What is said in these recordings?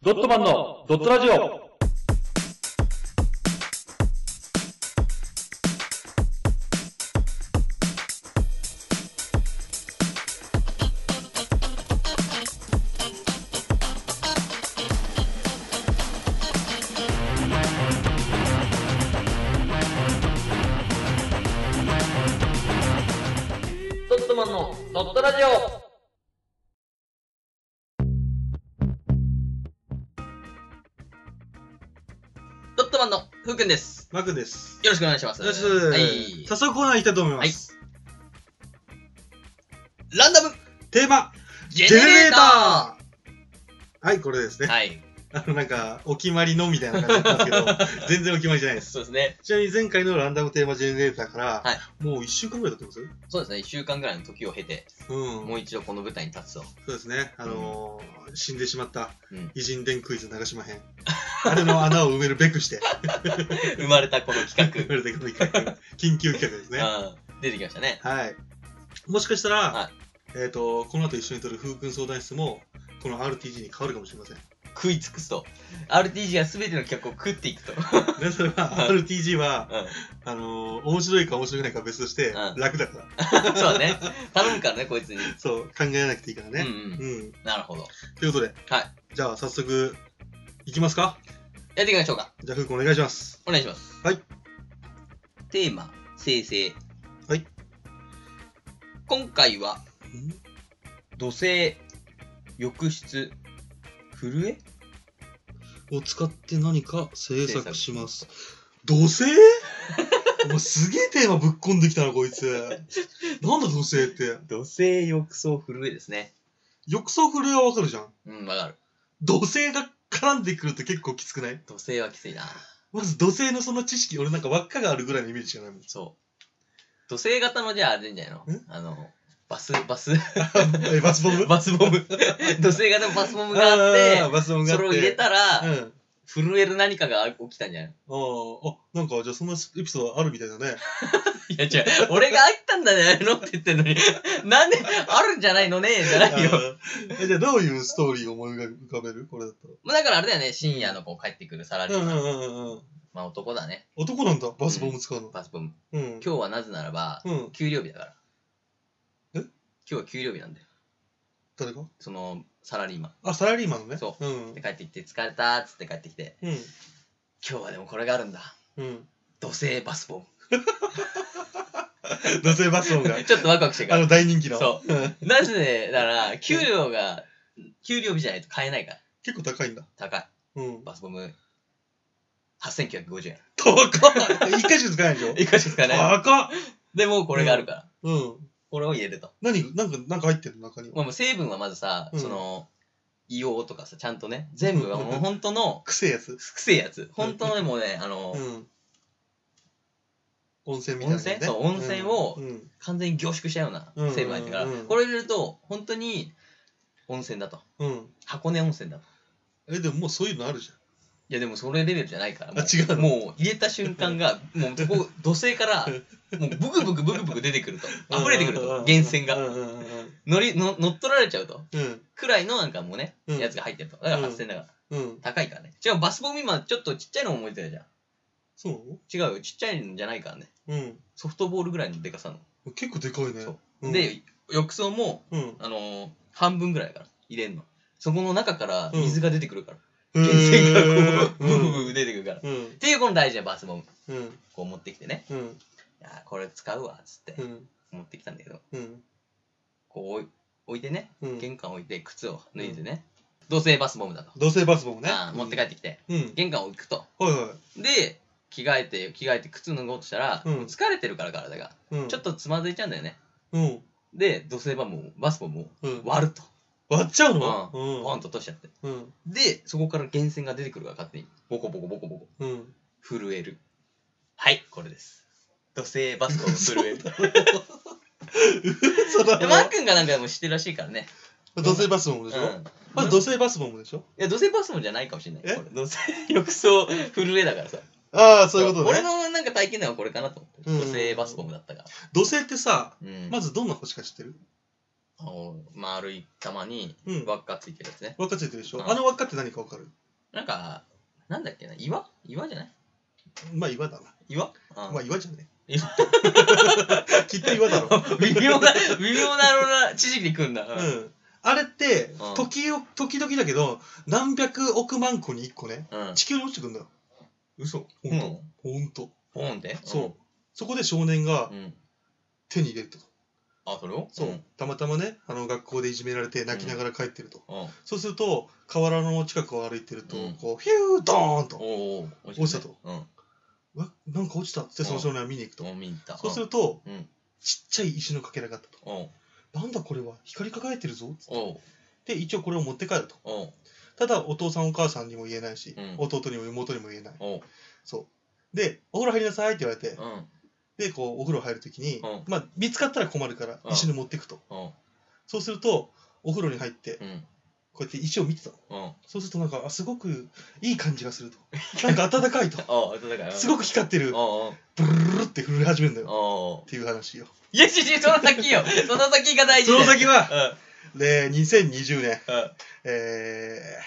ドットマンのドットラジオドットマンのドットラジオドットマンのふうくんです。マクです。よろしくお願いします。よろしはい。早速コーナー行きたいと思います。ランダムテーマ、ジェネレーターはい、これですね。はい。あの、なんか、お決まりのみたいな感じだったんですけど、全然お決まりじゃないで す。そうですね。ちなみに前回のランダムテーマジェネレーターから、はいもう1週間ぐらい経ってますそうですね。一週間ぐらいの時を経て、うん。もう一度この舞台に立つと。 そうですね。あのー死んでしまったうん。偉人伝クイズ長島編。あれの穴を埋めるべくして、生まれたこの企 埋めるべくの企画、緊急企画ですね。画。うん。出てきましたね。はい。もしかしたら、はいえっ、と、この後一緒に取る風君相談室も、この RTG に変わるかもしれません。 食い尽くすと。RTG が全ての企画を食っていくと。うでそれは RTG は、ん。あのー面白いか面白くないかは別として、うん楽だから。 そうだね。頼むからね、こいつに。そう、考えなくていいからうんうね。んう。ん。なるほど。ということで、はいじゃあ早速、いきますかやっていきましょうか。じゃあ、ふうくんお願いします。お願いします。はい。テーマ、生成。はい。今回は、土星、浴室、震えを使って何か制制作作します。土星 お前すげえテーマぶっこんできたな、こいつ。なんだ土星って。土星、浴槽、震えですね。浴槽震えはわかるじゃん。うん、わかる。土星が絡んでくると結構きつくない土星はきついな。まず土星のその知識、俺なんか輪っかがあるぐらいのイメージしかないもんそう。土星型の、じゃああれじゃないのんあの、バス、バス、 えバスボムバスボ ム。土星型のバスボムがあっあーて、バスボムがあそってれを入れたら、うん。震える何かが起きたんじゃないあーあ、なんか、じゃあそんなエピソードあるみたいだね。いや違う、俺が飽きたんだじゃ ないのって言ってんのに、なんで、あるんじゃないのねじゃないよ。あーえじゃあどういうストーリーを思い浮かべるこれだったら。まあだからあれだよね、深夜のこう帰ってくるサラリーうんマうン。んうんうん。まあ男だね、男なんだ、バスボム使うの。バスボム。うん。今日はなぜならば、うん。給料日だから。え今日は給料日なんだよ。誰がそのサラリーマあ、サラリーマンのね。。そううン。んで。帰ってきて、疲れたーっつって帰ってきて、うん。今日はでもこれがあるんだ。うん。土星バスボム。女性バス ボムが。ちょっとワクワクしてるあかの、大人気の。そうん。ら。なぜなら、給料が、給料日じゃないと買えないから。結構高いんだ。高い。うん。バスボム、8950円。高っ一回しか使えないで しょいかしか使えない。高っでもうこれがあるから、うん。これを入れると。何、なんか、なんか入ってるの中にま。あ、もう成分はまずさ、うんその、硫黄とかさ、ちゃんとね、全部はもう本当の、くせえやつ。くせえやつ。本当のでもね、あの、うん。温泉みたいな、ね。温泉そう温泉をうんうん完全に凝縮したようなうん成分入ってるから、うんうんこれ入れると、本当に温泉だと。うん。箱根温泉だと。え、でももうそういうのあるじいやでもそれレベルじゃないから。もあ違うのもう入れた瞬間が、もう ここ、土星から、もうブクブクブクブク出てくると。ゃん。溢れてくると。源泉が。うんうんうんうん乗り、の乗っ取られちゃうと。うん。くらいのなんかもうね、うんやつが入ってると。だから8000だから。うん。高いからね。違う、バスボム今ちょっとちっちゃいのも置いてるじゃん。そう違うよ、ちっちゃいんじゃないからね。うん。ソフトボールぐらいのでかさの。結構でかいね。そううん、で、浴槽も、うん。あのー半分ぐらいだから、入れんの。そこの中から水が出てくるから。うん源泉がこう、ブうーブん。ー出てくるから。っうん。ていうこの大事なバスボム。うん。こう持ってきてね。うん。いやーこれ使うわ、つってうん。持ってきたんだけど、うん。こう置い置いてね、うん。玄関置いて靴を脱いでね、土星バスボムだと。土星バスボムねあー。持って帰ってきて、うん。玄関置くと。はいはで、着替えて、着替えて靴脱ごうとしたら、うんもう疲れてるから体が。い。うん。ちょっとつまずいちゃうんだよね。うん。で、土星バムを、バスボムをうん。割ると。割っちゃポうンのと落としちゃって。うん。うん。で、そこから源泉が出てくるから勝手に、ボコボコボコボコ、うん。 震える。はい、これです。土星バスボム震える。そうだで、ろマー君がなんかもう知ってるらしいからね。土星バスボムうでん。しょ、まず土星バスボムでしょいや、土星バスボムじゃないかもしれない。えこれ土星浴槽震えだからさ。ああそういうこと俺ねのなんか体験ではこれかなと思って。う土ん星バスボムだったから。土星ってさうん。まず、ずどんな星か知ってるあの丸い玉にうん。輪っかついてるやつね輪っかついてるでしうんょあの輪っかって何かわかるなんかなんだっけな岩岩じゃないまあ岩だな。岩あまあ岩じゃね岩 きっと岩だろ。微妙な微妙なあのな知識でくんだ、う。うんあれってうん、時々、時々だけど、何百億万個に一個ね、んうん地球に落ちてくんだよ。嘘ほんと。ほんと。ポンってそう。そこで少年がうん、うん、手に入れると。あそれをそう。たまたまね、あの学校でいじめられて泣きながら帰ってると。うん、うん、そうすると、河原の近くを歩いてるとうん、こう、ヒュードーンと。おーおー落ちたとうんうわ、なんか落ちたっつって、その少年は見に行くと。お見に行ったそうすると、うんちっちゃい石のかけらがあったと。おうなんだこれは光り輝いてるぞっつっおうて、一応これを持って帰ると。おうただ、お父さんお母さんにも言えないし、うん弟にも妹にも言えない。おうそう。で、お風呂入りなさいって言われてう、んで、こう、お風呂入るときに、うんまあ、見つかったら困るから、うん石の持ってくと。おうそうすると、お風呂に入って、うんこうやって石を見てたの。うんそうすると、なんか、あすごくいい感じ がすると。なんか暖かいと。おうだからすいごく光ってる。おうブルルルって震え始めるんだおうよ。おうっていう話よ。いやししその先よその先が大事そだよの先は、うんで、2020年、うんえー、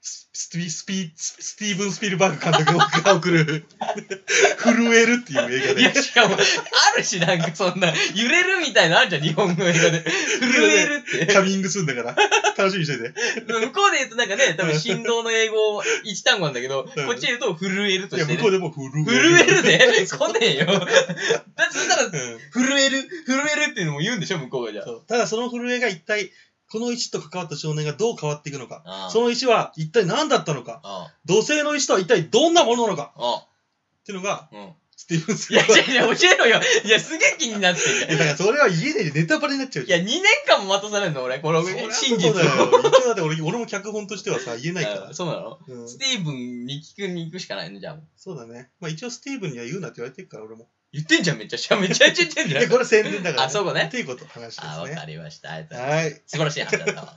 ススティスピススティーブン・スピルバーグ監督が 送る「震える」っていう映画いや、でしかも、あるし、なんかそんな、揺れるみたいなのあるじゃん、日本語映画で。震えるって。カミングするんだから楽しみにしてて向こうで言うとなんかね、多分振動の英語一単語なんだけど、こうんっちで言うと震えるといしやて向ねこうでも震える震えるで来ねえよ。だってそしたら、うん震える、震えるっていうのも言うんでしょ、向こうがじゃそうただその震えが一体この石と関わった少年がどう変わっていくのかあ。その、の石は一体何だったのかあ土星の石とは一体どんなものなのかあ、あっていうのがあ、うん。スティーブン・スいピルや、バーグいやいや、教えろよ。いや、すげえ気になってんいやじだからそれは家でネタバレになっちゃういじゃんや、2年間も待たされるの、俺、このそり真ゃそ実うだよを。一応だって俺俺も脚本としてはさ言えないからあそうなのうんスティーブンに聞くに行くしかないね、じゃあ。そうだね。まあ一応スティーブンには言うなって言われてるから俺も。言ってんじゃん、めっちゃめっちゃ言ってんいじゃんや、。これ宣伝だから、あそうだねっていうこと、話であ、わすかね。りました。ありがとうございはい。ます素晴らしい話だったわ。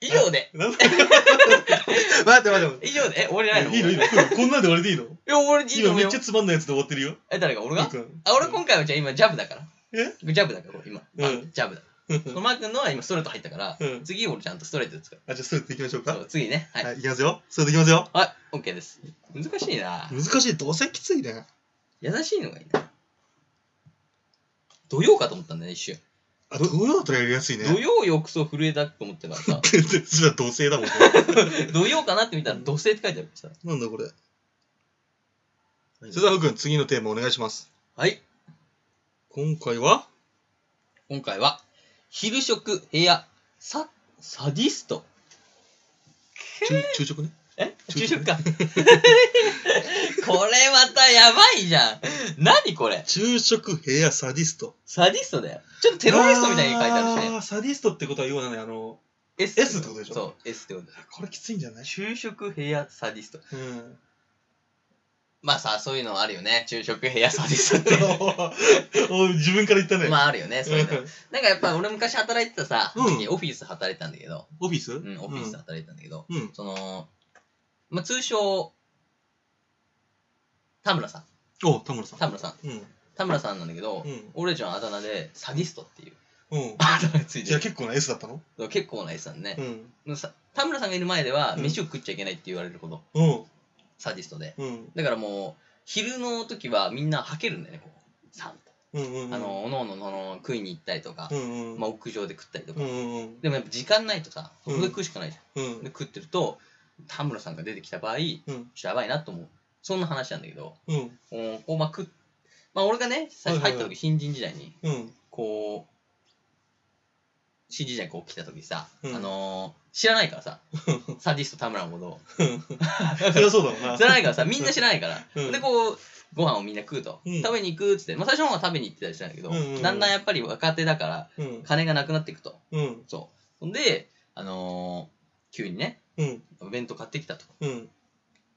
以上で、なん 待って待って以上で、え、俺じゃない待っのて。いいのいいのこんなんで俺でいいのいや、俺、いい今のめよっちゃ。つまんないやつで終わってるよ。え、誰が俺ふうがくんあ、俺今回はじゃあ今、ジャブだから。えジャブだから、これ今。うあんジャブだ。このマー君のは今、ストレート入ったからうん、次俺ちゃんとストレートで使う。あ、じゃあそれでいきましょうそか。う、次ね。はい。はい、いきますよ。それでいきますよ。はい、OK です。難しいな難しい。どうせきついね。優しいのがいいな。土曜かと思ったんだね、一瞬。あ、土曜だったらやりやすいね。、土曜よくそ震えだと思ってたからさ 全然 それは同性だもんね。土曜かなって見たら土星って書いてあるからさ。なんだこ れ。それではふうくん、次のテーマお願いします。はい。今回は今回は、昼食、部屋、サ、サディスト。昼昼食ね。え昼昼食 食か。これまたやばいじゃん。何これ昼食部屋サディスト。サディストだよ。ちょっとテロリストみたいに書いてあるしね。あーサディストってことは要はね、あの、 S, S ってことでしょそう、S ってことだ。これきついんじゃない昼食、部屋、サディスト。うん。まあさ、そういうのあるよね。昼食、部屋、サディスト っお 自分から言ったて。ね。まああるよね、そういうの。オなんかやっぱ俺昔働いてたさ、うん時オフィス働いてたんだけど、フィスううん、オフィスで働いてたんだけど、うん。その、まあ、通称、田村さん。お、田村さん。田村さん。うん。田村さんなんだけど、うん。俺たちのあだ名で、サディストっていう。うん。あだ名がついじてゃある。結構な S だったのそう結構な S さんねう、ん。さ田村さんがいる前では、うん飯を食っちゃいけないって言われるほど、うん。サディストで。うん。だからもう、昼の時はみんなはけるんだよね、こう。さんと。うん。うん。あ、の、おのおのその食いに行ったりとかう、ん。うん。まあ、屋上で食ったりとか。うん。うん。でもやっぱ時間ないとさ、そこで食うしかないじゃん。うでん。食ってると、田村さんが出てきた場合、ちょうん。っとやばいなと思う。そんな話なんだけど、うん。うんこうまくまあ俺がね最初は入いっはた時、いはい新人時代にうん。こう新人時代にこう来た時さ、うんあのー知らないからさ サディスト田村のことをそりゃそうだろうな。知らないからさみんな知らないから、うんでこうご飯をみんな食うと、うん食べに行くっつって、まあ、最初の方は食べに行ってたりしたんだけど、うんうんうんだんだんやっぱり若手だからうん。金がなくなっていくとうん。そうほんであのー急にねうん。お弁当買ってきたとうん。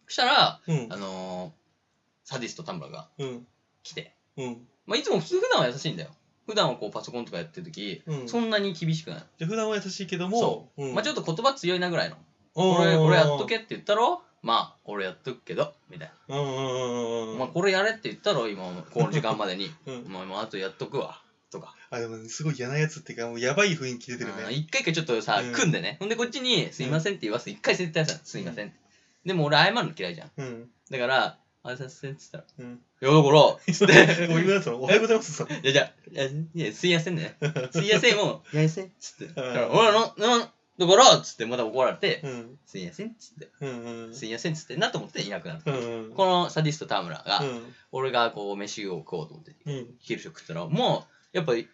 そしたらうんあ。のーサディスト田村がうん。来てうん。まあ、いつも普通普段は優しいんだよ。普段はこうパソコンとかやってる時、うんそんなに厳しくない。じゃあ普段は優しいけども、そうんまあちょっと言葉強いなぐらいの。おーこれ、これやっとけって言ったろまあ、俺やっとくけど、みたいうんうんうんな。うんまあこれやれって言ったろ今、この時間までに。うんお前もあとやっとくわ。とか。あ、でもね、すごい嫌なやつっていうか、もうやばい雰囲気出てるうんね。一回一回ちょっとさう、ん組んでね。ほんでこっちに、すいませんって言わせて、一回絶対さ、すいませんって。でも俺謝るの嫌いじゃん。うん。だから、あ、させんって言ったうん。ら、いやだから、それ、俺なんだろうおはようございますさ。いやじゃあいや、いや、すいやせんね。すいやせんも、いやせんっつって。だから、うん俺の、の、だから、っつってまた怒られて、うん。すいやせんっつって、うん。うん。すいやせんっつってなと思っていなくなる。うん。このサディスト田村が、うん。俺がこう、飯を食おうと思って、うん。昼食食ったら、もう、やっぱり、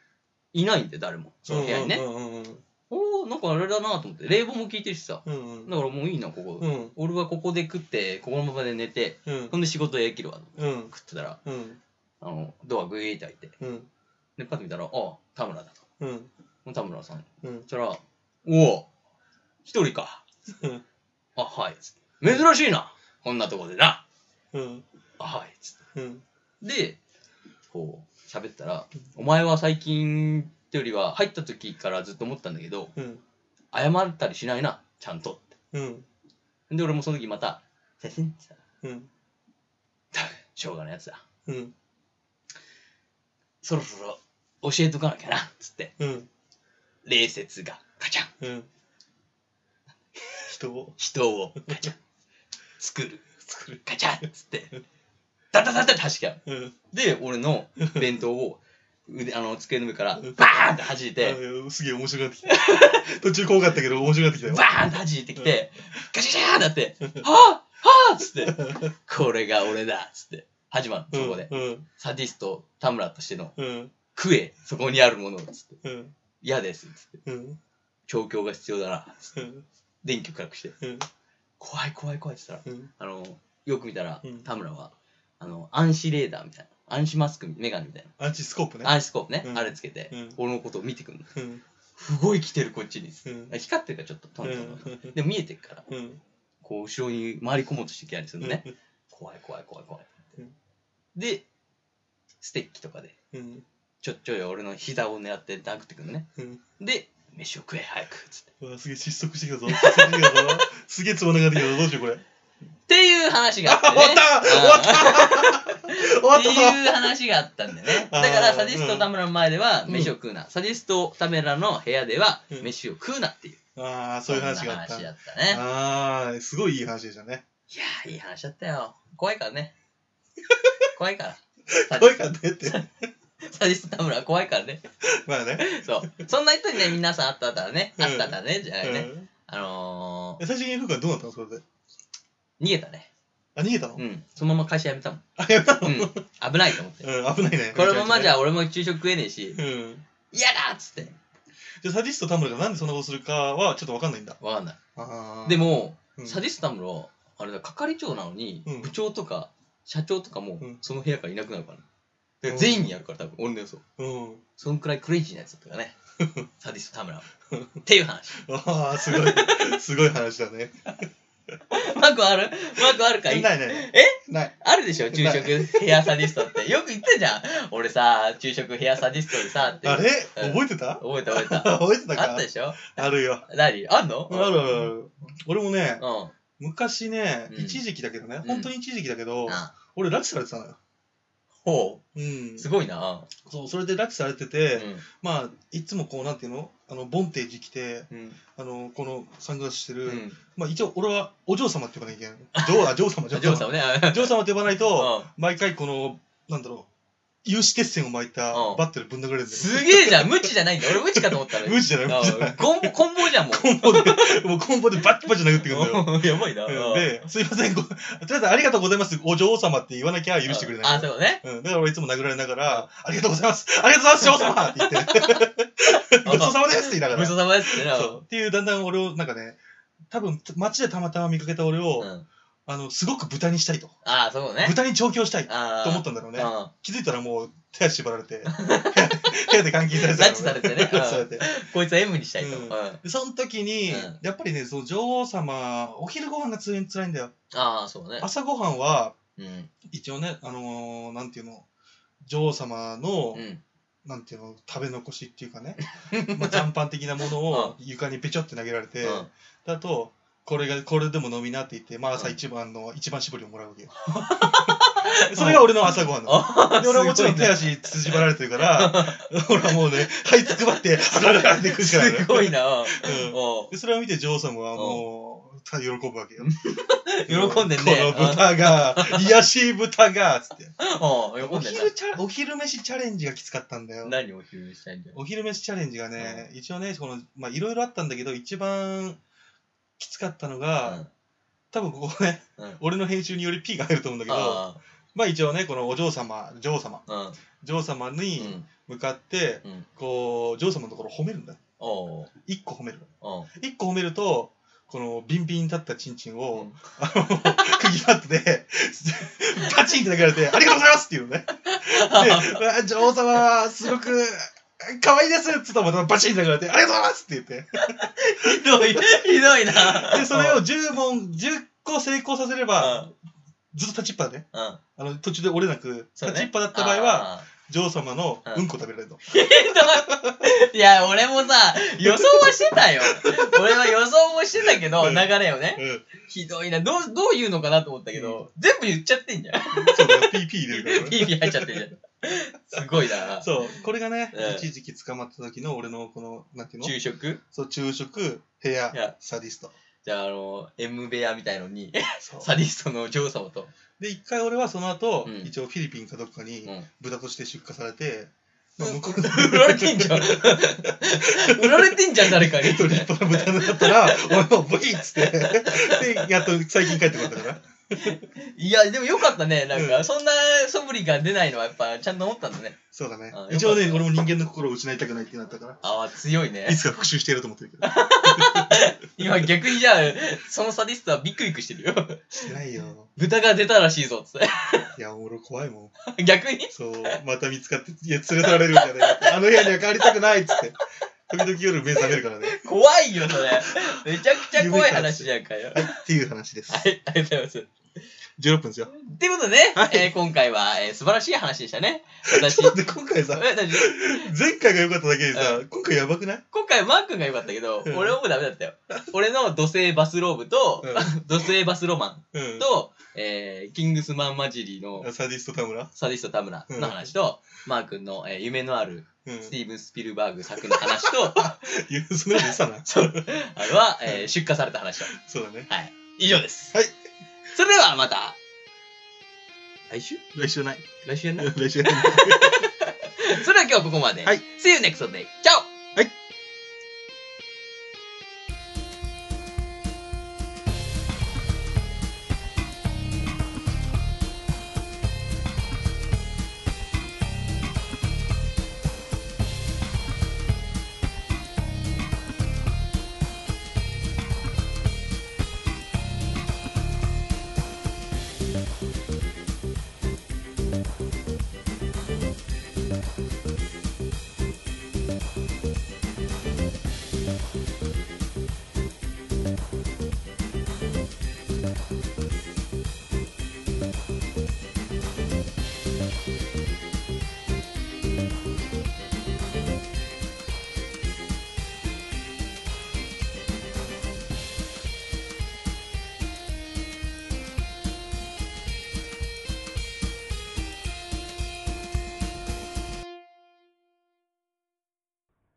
いないんで、誰も。その部屋にね。うんうんうんおおなんかあれだなと思って、冷房も効いてるしさ。うんうんだからもういいな、ここ。うん俺はここで食って、ここのままで寝て、うんほんで仕事できるわ。うん食ってたら、うんあの、ドアグイーって開いて。うんで、パッと見たら、ああ、田村だと。うん田村さん。うんそしたら、おお一人かうん。あ、はい。つって珍しいな。こんなとこでな。うんあ、はい。つってうんで、こう、喋ったら、お前は最近ってよりは、入った時からずっと思ったんだけど、うん謝ったりしないな、ちゃんとっうんて。で、俺もその時また、先生って言っうんたら ったくしょうがないやつだ。うんそろそろ教えとかなきゃな、つって。うん礼節が、ガチャン。うん人を人を、ガチャン。作る、作るガチャン、つって。ダダダダって走っちゃう。うんで、俺の弁当を、腕あの、机の上から、バうんーンって弾いて、あすげえ面白くなってきた途中怖かったけど面白くなってきたよバーンって弾いてきて、ガシャガシャーってな って、はぁはぁっつって、これが俺だっつって、始まる、そこで。うんサディスト、田村としての、うん食え、そこにあるものを、つって、うん嫌です、つって、うん調教が必要だな、つってうん電気を隠して、うん怖い怖い怖いって言ったうんら、あの、よく見たらうん、田村は、あの、暗視レーダーみたいな、暗視マスク、メガネみたいアンチスコープねな、暗視スコープねう、んあれつけてうん、俺のことを見てくるの。うんすごい来てる、こっちに。うん光ってるからちょっとトントントントン、でも見えてるからうんこう後ろに回り込もうとしてきたりすうるんのね、怖い怖い怖い怖い、うんでステッキとかでうんちょっちょい俺の膝を狙って殴ってくるのねうんで飯を食え早くっつってっうわすげえ失速してきたぞ失速してきたぞすげえつまんなかったけどどうしようこれていう話があって、ね、あ終わったった終わっってたぞいう話があったんだよねだからあーサディスト田村の前ではうん飯を食うな、サディスト田村の部屋ではうん飯を食うなっていう、ああそういう話があったそんな話だったねああすごいいい話でしたねいやーいい話だったよ怖いから ね怖いから声が出てサディスト田村は怖いからね。まあねそう。そんな人にね、皆さん会ったったらね、うん会ったったらね、じゃないね。うんあのえ最終的に福君はどうなったのそれでー、逃げたね。あ逃げたの、うん。そのまま会社辞めたもん。あやめたうの、ん。危ないと思って。うん、危ないねこのままじゃゃ俺も昼食食えねえし、うん嫌だっつって。じゃあサディスト田村がなんでそんなことするかはちょっと分かんないんだわかんなあい。でも、も、うんサディスト田村は、あれだ、係長なのにうん、部長とか、社長とかもうん、その部屋からいなくなるからね。だかうんら全員にやるから、多分、俺の予想。うんそんくらいクレイジーなやつだった からね。サディスト田村は。っていう話。ああすごい すごい話だねマークあるマークあるかないいないないえないあるでしょ昼食ヘアサディストって。よく言ったじゃん。俺さ、昼食ヘアサディストでさって。あれうん覚えてた 覚えた覚えた。覚えてたあかったでしょあるよ何あんのあるあるある俺もねうん。昔ねうん一時期だけどねん本当に一時期だけどあ俺拉致されてたのよほうう。んすごいな。そうそれで拉致されてて、うまあいつもこうなんていうのあのボンテージ着てん。うん。あのこのサングラスしてる、うん。まあ一応俺はお嬢様って呼ばなきゃいけない女王あ嬢様じ嬢ゃ あ、ジョ様ーさんもね。お嬢様って呼ばないと、う毎回このなんだろう有刺鉄線を巻いたうんバッテルぶん殴られるんん。だよすげえじゃん。無知じゃないんだ。俺無知かと思ったのよ。無視じゃない無視じゃないあゴンボ、コンボじゃん、もう。コンボでもうコンボでバッチバチ殴ってくるんだようんやばいな。うんで、すいません、ごとりあえずありがとうございます、お嬢様って言わなきゃ許してくれない。あ、そうね。うん、だから俺いつも殴られながら、ありがとうございます、ありがとうございます、嬢様って言って、 ごちそうさまですって言いながごらち。そうさまですってな。そうっていうだんだん俺をなんかね多分街でたまたま見かけた俺を、うん。あのすごく豚にしたいと、あ、そうね。豚に調教したいとあー思ったんだろうねうん気づいたらもう手足縛られて部屋 で部屋で監禁されて拉致されてね拉 致されてこいつは M にしたいと。うんうんあでその時に、うんやっぱりねその女王様お昼ご飯がつい辛いんだよあ、そうね。朝ご飯はうん。一応ねあのーなんていうの女王様の、うん。なんていうの食べ残しってい うかね、まあ、残飯的なものを床にべちょって投げられて、うんだとこれがこれでも飲みなって言って、まあ、朝うん 一番の、一番搾りをもらうわけよそれが俺の朝ごはんなの。で、俺はもちろんすごい手ね足縮まられてるから、 俺はもうね、はいつくばって、はからからっていくしかないのすごいな。うんおうでそれを見てジョー様はもう、た喜ぶわけよ。 喜んでんこねの豚が、癒やしい豚が、つって。おうお喜んでんな昼チャお昼飯チャレンジがきつかったんだよ。何を昼にしたいんだよ。お昼飯チャレンジがね、一応ね、この、まあ、いろいろあったんだけど、一番きつかったのが、多分ここね、うん俺の編集により P が入ると思うんだけど、あまあ一応ね、このお嬢様、嬢様、あ、うん。嬢様に向かって、うんうんこう、嬢様のところ褒めるんだよ。おう一個褒める。おう一個褒めると、このビンビン立ったチンチンを、うんあの、釘バットで、パチンって投げられて、ありがとうございますっていうのね。で、あ女王様はすごく、可愛いですっつったらまたバチンって投げられて、ありがとうございますって言って。ひどい、ひどいな。で、それを10問、10個成功させれば、うずっと立ちっぱね。ん、うん。あの、途中で折れなく、そう立ねちっぱだった場合は、、ああ女王様のうんうんこ食べられるの。いや、俺もさ、予想はしてたよ。俺は予想もしてたけど、うん流れをね。うん。ひどいな。どう、どう言うのかなと思ったけど、全部言っちゃってんじゃん。そうだよ、ピーピー入れるか らピーピー入っちゃってんじゃん。すごいな。そう、これがねええ、一時期捕まった時の俺のこの、なんていうの昼食そう、昼食、部屋い、や、サディスト。じゃあ、あの、M 部屋みたいのに、そうサディストの女王様と。で一回俺はその後、うん一応フィリピンかどっかにうん。豚として出荷されて、うんまあ向こうの 売られてんじゃん。売られてんじゃん、誰かに。立派な豚になったら俺もブイッつってでやっと最近帰ってこれたからいや、でもよかったね。なんうか、そんな素振りが出ないのは、やっぱ、ちゃんと思ったんだね。そうだねあ一応よねかった俺も人間の心を失いたくないってなったかああ、強いねらい。つか復讐してやると思っ てるけど今、逆にじゃあ、そのサディストはビクビクしてるよ。してないよ豚が出たらしいぞ、つっいや俺怖いもんて。逆にそうまた見つかっていや連れ去られるんじゃないかってあの部屋には帰りたくないっつって時々夜目覚めるからね怖いよ、それ。めちゃくちゃ怖い話じゃんかよ。はいっていう話ですはい、ありがとうございます。 16分ですよってことでね、えー今回は、えー素晴らしい話でしたね。私、ちょっと待って今回えさ私前回が良かっただけでさ今回やばくない今回マー君が良かったけどうん、俺はもうダメだったよ。俺の土星バスローブと、土星バスロマうん ンと、えーキングスマン混じりのうんサディスト田村サディスト田村の話と、マー君の、えー夢のあるうんスティーブン・スピルバーグ作の話 と、あ言うそんなこと言ってたな。れは、えー出荷された話と。そう だね。はい。以上です。はい。それではまた、来週来週ない。来週やんな。来週ない。それでは今日はここまで。はい See you next day. チャオ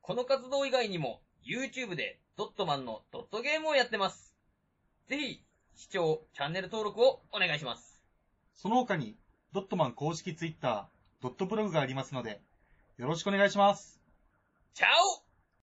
この活動以外にも、YouTube でドットマンのドットゲームをやってます。ぜひ、視聴、チャンネル登録をお願いします。その他に、ドットマン公式ツイッター、ドットブログがありますので、よろしくお願いします。チャオ